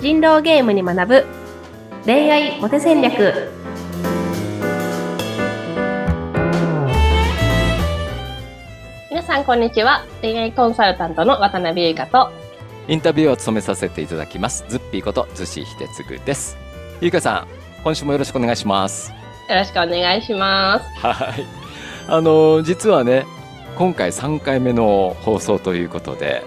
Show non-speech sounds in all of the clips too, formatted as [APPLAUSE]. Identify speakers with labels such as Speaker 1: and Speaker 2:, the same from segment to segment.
Speaker 1: 人狼ゲームに学ぶ恋愛モテ戦略皆さんこんにちは恋愛コンサルタントの渡辺優香と
Speaker 2: インタビューを務めさせていただきますズッピーこと逗子秀次ですゆうかさん今週もよろしくお願いします
Speaker 1: よろしくお願いします
Speaker 2: はいあの実はね今回3回目の放送ということで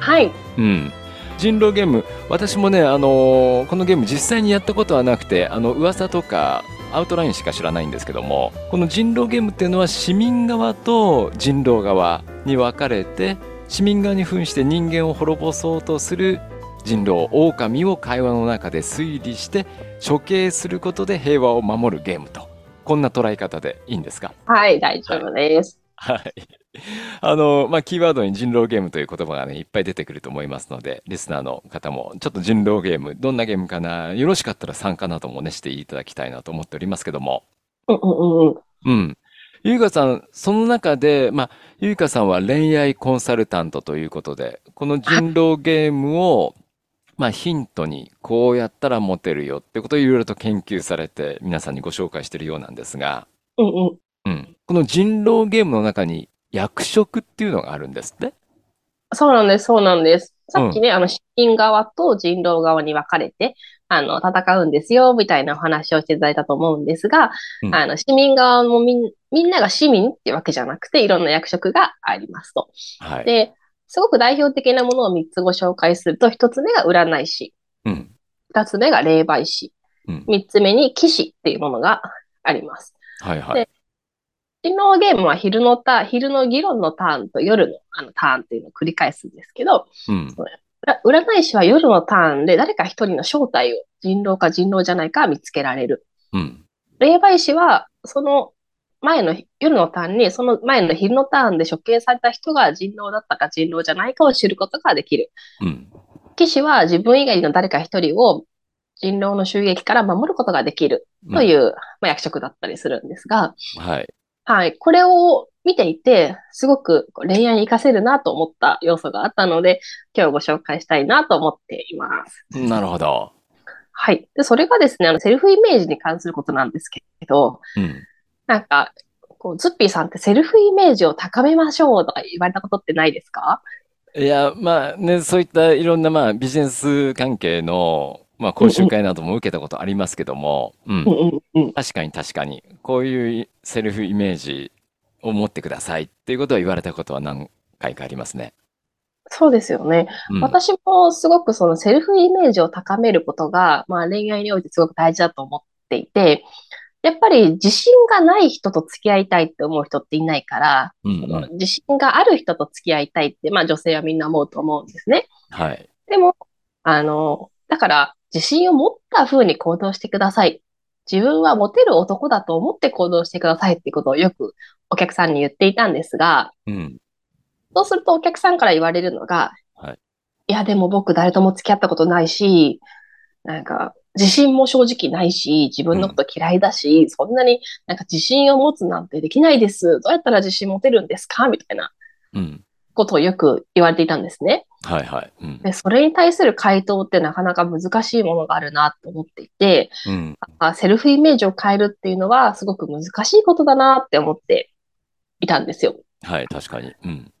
Speaker 1: はい
Speaker 2: うん人狼ゲーム私もねあのこのゲーム実際にやったことはなくてあの噂とかアウトラインしか知らないんですけどもこの人狼ゲームっていうのは市民側と人狼側に分かれて市民側に扮して人間を滅ぼそうとする人狼狼を会話の中で推理して処刑することで平和を守るゲームとこんな捉え方でいいんですか
Speaker 1: はい大丈夫です
Speaker 2: はい。あの、まあ、キーワードに人狼ゲームという言葉がね、いっぱい出てくると思いますので、リスナーの方も、ちょっと人狼ゲーム、どんなゲームかな、よろしかったら参加などもね、していただきたいなと思っておりますけども。
Speaker 1: うんうんうんうん
Speaker 2: うん。ゆうかさん、その中で、まあ、ゆうかさんは恋愛コンサルタントということで、この人狼ゲームを、まあ、ヒントに、こうやったらモテるよってことをいろいろと研究されて、皆さんにご紹介しているようなんですが、
Speaker 1: うんうん
Speaker 2: うん。この人狼ゲームの中に役職っていうのがあるんですって
Speaker 1: そうなんですそうなんですさっきね、あの市民側と人狼側に分かれてあの戦うんですよみたいなお話をしていただいたと思うんですが、
Speaker 2: うん
Speaker 1: あの市民側もみんみんなが市民ってわけじゃなくていろんな役職がありますと。
Speaker 2: はい。
Speaker 1: で、すごく代表的なものを3つご紹介すると、1つ目が占い師、
Speaker 2: うん。
Speaker 1: 2つ目が霊媒師、
Speaker 2: うん。
Speaker 1: 3つ目に騎士っていうものがあります。
Speaker 2: はいはい。
Speaker 1: 人狼ゲームは昼のターン、昼の議論のターンと夜のあのターンっていうのを繰り返すんですけど、
Speaker 2: うん。
Speaker 1: ら占い師は夜のターンで誰か一人の正体を人狼か人狼じゃないか見つけられる。
Speaker 2: うん。
Speaker 1: 霊媒師はその前の夜のターンに、その前の昼のターンで処刑された人が人狼だったか人狼じゃないかを知ることができる。
Speaker 2: うん。
Speaker 1: 騎士は自分以外の誰か一人を人狼の襲撃から守ることができるという、まあ、役職だったりするんですが、
Speaker 2: はい。
Speaker 1: はい、これを見ていて、すごくこう恋愛に活かせるなと思った要素があったので、今日ご紹介したいなと思っています。
Speaker 2: なるほど。
Speaker 1: はい。で、それがですね、あの、セルフイメージに関することなんですけど、
Speaker 2: うん。
Speaker 1: なんか、こう、ズッピーさんってセルフイメージを高めましょうとか言われたことってないですか
Speaker 2: いや、まあね、そういったいろんな、まあ、ビジネス関係の、まあ、講習会なども受けたことありますけども、う
Speaker 1: うん
Speaker 2: ん。
Speaker 1: うんうん。
Speaker 2: 確かに確かに。こういうセルフイメージを持ってくださいっていうことは言われたことは何回かありますね。
Speaker 1: そうですよね。
Speaker 2: うん。
Speaker 1: 私もすごくそのセルフイメージを高めることが、まあ、恋愛においてすごく大事だと思っていて、やっぱり自信がない人と付き合いたいって思う人っていないから、
Speaker 2: うん
Speaker 1: そ
Speaker 2: うん
Speaker 1: の自信がある人と付き合いたいって、まあ女性はみんな思うと思うんですね。
Speaker 2: はい。
Speaker 1: でも、あの、だから自信を持った風に行動してください。自分はモテる男だと思って行動してくださいっていうことをよくお客さんに言っていたんですが、
Speaker 2: うん。
Speaker 1: そうするとお客さんから言われるのが、
Speaker 2: はい、
Speaker 1: や、でも僕誰とも付き合ったことないし、なんか、自信も正直ないし、自分のこと嫌いだし、そんなになんか自信を持つなんてできないです。どうやったら自信持てるんですかみたいな
Speaker 2: うん。
Speaker 1: ことをよく言われていたんですね。
Speaker 2: はいはい。うん。
Speaker 1: で、それに対する回答ってなかなか難しいものがあるなと思っていて、
Speaker 2: うん。
Speaker 1: あセルフイメージを変えるっていうのはすごく難しいことだなって思っていたんですよ。
Speaker 2: はい、確かに。うん。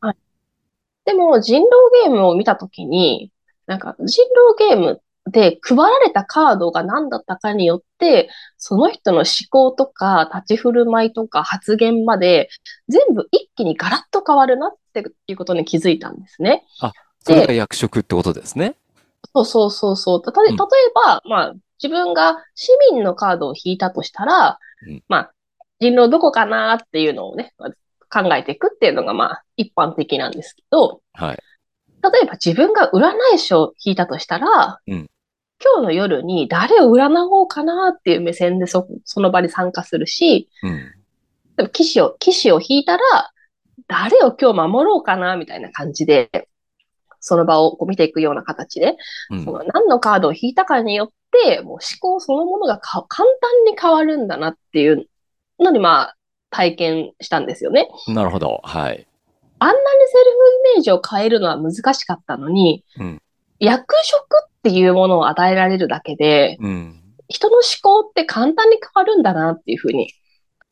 Speaker 1: でも、人狼ゲームを見たときに、なんか、人狼ゲームで配られたカードが何だったかによって、その人の思考とか、立ち振る舞いとか、発言まで、全部一気にガラッと変わるなっていうことに気づいたんですね。
Speaker 2: それが役職ってことですね。
Speaker 1: そうそうそうそう。たとえ
Speaker 2: うん
Speaker 1: 例えば、まあ、自分が市民のカードを引いたとしたら、
Speaker 2: うん
Speaker 1: まあ、人狼どこかなっていうのをね、考えていくっていうのが、まあ、一般的なんですけど、
Speaker 2: はい。
Speaker 1: 例えば自分が占い師を引いたとしたら、
Speaker 2: うん
Speaker 1: 今日の夜に誰を占おうかなっていう目線でそ、その場に参加するし、
Speaker 2: うん。
Speaker 1: でも騎士を、騎士を引いたら、誰を今日守ろうかなみたいな感じで、その場をこう見ていくような形で、
Speaker 2: うん
Speaker 1: その何のカードを引いたかによって、もう思考そのものがか簡単に変わるんだなっていうのに、まあ、体験したんですよね。
Speaker 2: なるほど。はい。
Speaker 1: あんなにセルフイメージを変えるのは難しかったのに、
Speaker 2: うん
Speaker 1: 役職っっていうものを与えられるだけで、
Speaker 2: うん。
Speaker 1: 人の思考って簡単に変わるんだなっていうふうに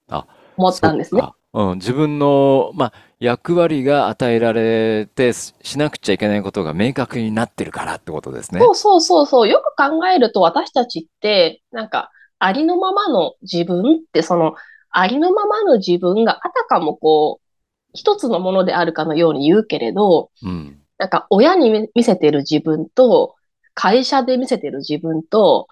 Speaker 2: あ
Speaker 1: 思ったんです
Speaker 2: そ
Speaker 1: ね。
Speaker 2: っかうん、自分の、まあ、役割が与えられてししなくちゃいけないことが明確になってるからってことですね。
Speaker 1: そうそうそうそう。よく考えると私たちって、なんか、ありのままの自分って、その、ありのままの自分があたかもこう、一つのものであるかのように言うけれど、
Speaker 2: うん。
Speaker 1: なんか親に見見せてる自分と、会社で見せてる自分と、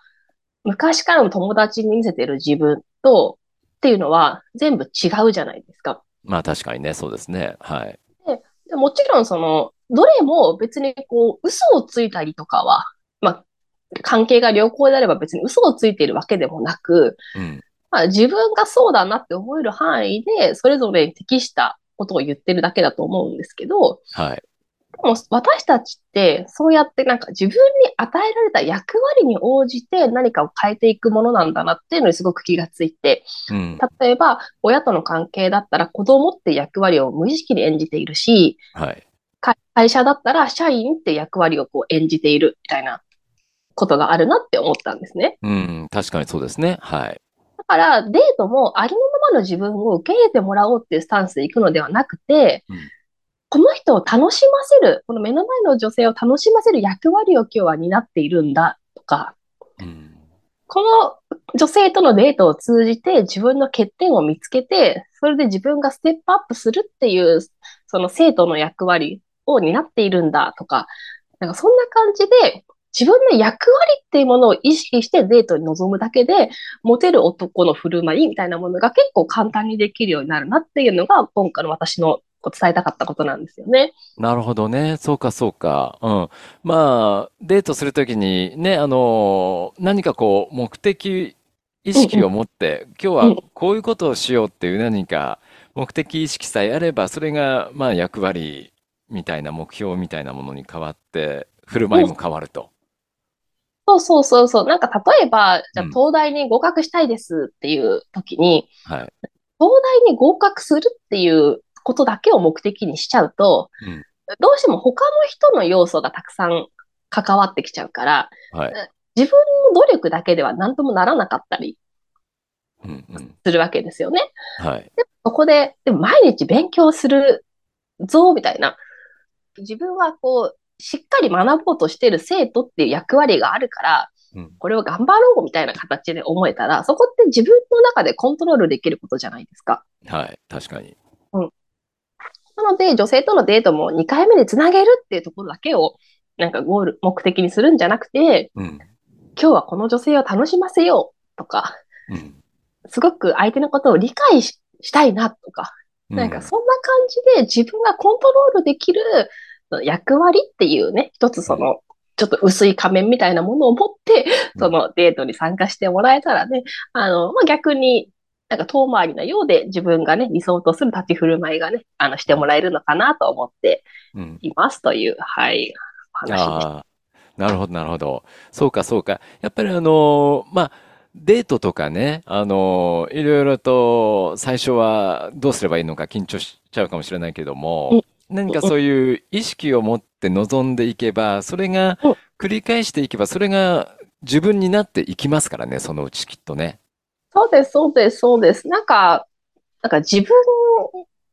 Speaker 1: 昔からの友達に見せてる自分と、っていうのは全部違うじゃないですか。
Speaker 2: まあ確かにね、そうですね。はい。
Speaker 1: でもちろんその、どれも別にこう、嘘をついたりとかは、まあ、関係が良好であれば別に嘘をついているわけでもなく、
Speaker 2: うん。
Speaker 1: まあ自分がそうだなって思える範囲で、それぞれに適したことを言ってるだけだと思うんですけど、
Speaker 2: はい。
Speaker 1: でも私たちって、そうやってなんか自分に与えられた役割に応じて何かを変えていくものなんだなっていうのにすごく気がついて、
Speaker 2: うん。
Speaker 1: 例えば親との関係だったら子供って役割を無意識に演じているし、
Speaker 2: はい。
Speaker 1: か会社だったら社員って役割をこう演じているみたいなことがあるなって思ったんですね。
Speaker 2: うん。確かにそうですね。はい。
Speaker 1: だからデートもありのままの自分を受け入れてもらおうっていうスタンスで行くのではなくて、
Speaker 2: うん
Speaker 1: この人を楽しませる、この目の前の女性を楽しませる役割を今日は担っているんだとか、
Speaker 2: うん。
Speaker 1: この女性とのデートを通じて自分の欠点を見つけて、それで自分がステップアップするっていう、その生徒の役割を担っているんだとか、なんかそんな感じで、自分の役割っていうものを意識してデートに臨むだけで、モテる男の振る舞いみたいなものが結構簡単にできるようになるなっていうのが、今回の私のこう伝えたかったことなんですよね。
Speaker 2: なるほどね。そうか、そうか。うん。まあ、デートするときにね、あのー何かこう、目的意識を持って、今
Speaker 1: う
Speaker 2: 日
Speaker 1: ん
Speaker 2: はこういうことをしようっていう何か目的意識さえあれば、それが、まあ、役割みたいな目標みたいなものに変わって、振る舞いも変わると。
Speaker 1: そうそうそうそう。なんか例えば、じゃあ
Speaker 2: うん
Speaker 1: 東大に合格したいですっていう時に、
Speaker 2: はい。
Speaker 1: 東大に合格するっていうことだけを目的にしちゃうと、
Speaker 2: うん
Speaker 1: どうしても他の人の要素がたくさん関わってきちゃうから、
Speaker 2: はい。
Speaker 1: 自分の努力だけでは何ともならなかったり
Speaker 2: うんうん。
Speaker 1: するわけですよね。
Speaker 2: はい。
Speaker 1: そこで、でも毎日勉強するぞ、みたいな。自分はこう、しっかり学ぼうとしてる生徒っていう役割があるから、
Speaker 2: うん。
Speaker 1: これを頑張ろうみたいな形で思えたら、そこって自分の中でコントロールできることじゃないですか。
Speaker 2: はい。確かに。
Speaker 1: なので、女性とのデートも2回目でつなげるっていうところだけを、なんかゴール、目的にするんじゃなくて、
Speaker 2: うん。
Speaker 1: 今日はこの女性を楽しませようとか、
Speaker 2: うん。
Speaker 1: すごく相手のことを理解ししたいなとか、
Speaker 2: う
Speaker 1: なんかそんな感じで自分がコントロールできる役割っていうね、一つその、ちょっと薄い仮面みたいなものを持って、
Speaker 2: うん
Speaker 1: そのデートに参加してもらえたらね、あの、まあ、逆に、なんか遠回りなようで自分がね、理想とする立ち振る舞いがね、あの、してもらえるのかなと思って、
Speaker 2: うん。
Speaker 1: いますという、はい、お話でし
Speaker 2: ああ、なるほど、なるほど。そうか、そうか。やっぱりあのーまあ、デートとかね、あのーいろいろと最初はどうすればいいのか緊張しちゃうかもしれないけども、何かそういう意識を持って臨んでいけば、それが
Speaker 1: うん
Speaker 2: 繰り返していけば、それが自分になっていきますからね、そのうちきっとね。
Speaker 1: そうです、そうです、そうです。なんか、なんか自分、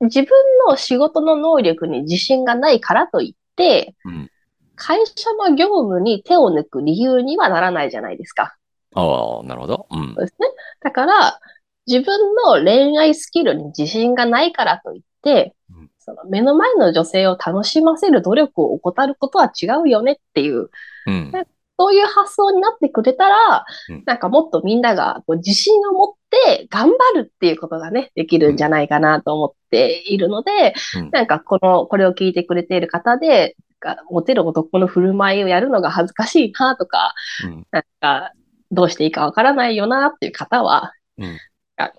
Speaker 1: 自分の仕事の能力に自信がないからといって、
Speaker 2: うん。
Speaker 1: 会社の業務に手を抜く理由にはならないじゃないですか。
Speaker 2: ああ、なるほど。うん
Speaker 1: そ。うですね。だから、自分の恋愛スキルに自信がないからといって
Speaker 2: うん、
Speaker 1: その目の前の女性を楽しませる努力を怠ることは違うよねっていう
Speaker 2: うん。
Speaker 1: そういう発想になってくれたら
Speaker 2: うん、
Speaker 1: なんかもっとみんながこう自信を持って頑張るっていうことがね、できるんじゃないかなと思っているので、
Speaker 2: うん
Speaker 1: なんかこの、これを聞いてくれている方で、がモテる男の振る舞いをやるのが恥ずかしいなとか、
Speaker 2: うん。
Speaker 1: なんかどうしていいかわからないよなっていう方は、
Speaker 2: うん
Speaker 1: あ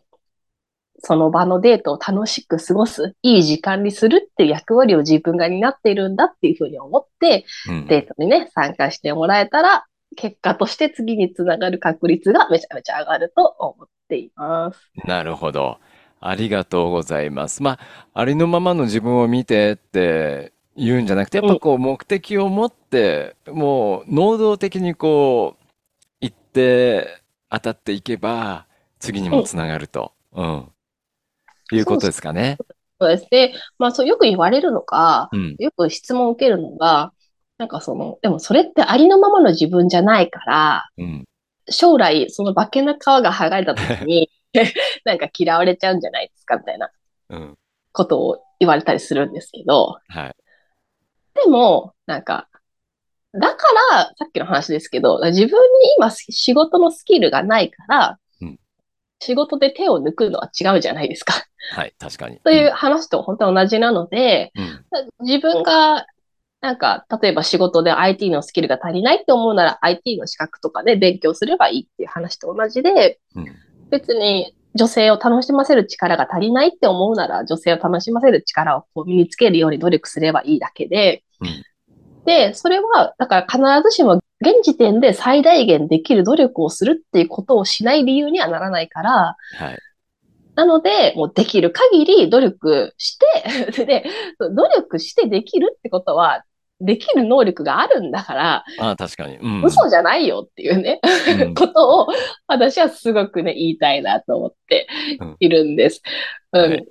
Speaker 1: その場のデートを楽しく過ごす、いい時間にするっていう役割を自分が担っているんだっていうふうに思って、
Speaker 2: うん。
Speaker 1: デートにね、参加してもらえたら、結果として次につながる確率がめちゃめちゃ上がると思っています。
Speaker 2: なるほど。ありがとうございます。まあ、ありのままの自分を見てって言うんじゃなくて、やっぱこう目的を持って、もう能動的にこう、行って、当たっていけば、次にもつながると。うん。いうことですかね。
Speaker 1: そうです。で、まあ、そう、よく言われるのが、
Speaker 2: うん。
Speaker 1: よく質問を受けるのが、なんかその、でもそれってありのままの自分じゃないから、
Speaker 2: うん。
Speaker 1: 将来その化けの皮が剥がれた時に、なんか嫌われちゃうんじゃないですかみたいな
Speaker 2: うん。
Speaker 1: ことを言われたりするんですけど、
Speaker 2: はい。
Speaker 1: でも、なんか、だから、さっきの話ですけど、自分に今仕事のスキルがないから
Speaker 2: うん、
Speaker 1: 仕事で手を抜くのは違うじゃないですか。
Speaker 2: はい。確かに。
Speaker 1: という話と本当は同じなので、
Speaker 2: うん。うん。
Speaker 1: 自分が、なんか、例えば仕事で IT のスキルが足りないって思うなら IT の資格とかで勉強すればいいっていう話と同じで、
Speaker 2: うん。
Speaker 1: 別に女性を楽しませる力が足りないって思うなら女性を楽しませる力をこう身につけるように努力すればいいだけで
Speaker 2: うん、
Speaker 1: で、それは、だから必ずしも現時点で最大限できる努力をするっていうことをしない理由にはならないから、
Speaker 2: はい。
Speaker 1: なので、もうできる限り努力して、 [LAUGHS] で、努力してできるってことは、できる能力があるんだから、
Speaker 2: ああ、確かに。うん。
Speaker 1: 嘘じゃないよっていうね、
Speaker 2: うん
Speaker 1: ことを、私はすごくね、言いたいなと思って
Speaker 2: うん
Speaker 1: いるんです。うん。
Speaker 2: はい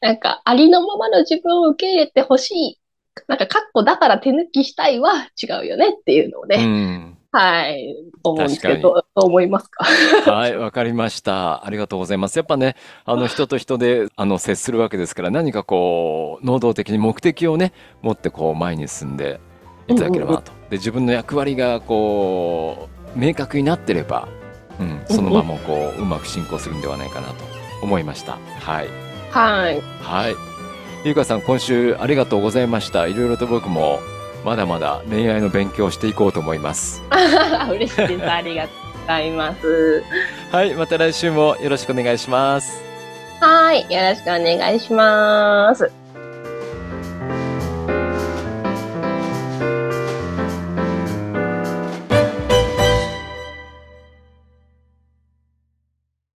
Speaker 1: なんか、ありのままの自分を受け入れてほしい。なんか、カッコだから手抜きしたいは違うよねっていうのを
Speaker 2: う
Speaker 1: ね、
Speaker 2: ん。
Speaker 1: はい、思うんですけ
Speaker 2: 確
Speaker 1: ど、どう思いますか
Speaker 2: はい、わかりました。ありがとうございます。やっぱね、あの人と人で、あの接するわけですから、何かこう、能動的に目的をね、持ってこう前に進んでいただければなと。で、自分の役割がこう、明確になってれば、うん、そのままこう、うまく進行するんではないかなと思いました。はい。
Speaker 1: はい。 [LAUGHS]
Speaker 2: はい。ゆうかさん、今週ありがとうございました。いろいろと僕も、まだまだ恋愛の勉強をしていこうと思います。
Speaker 1: 嬉しいです。ありがとうございます。
Speaker 2: はい、また来週もよろしくお願いします。
Speaker 1: はい。よろしくお願いします。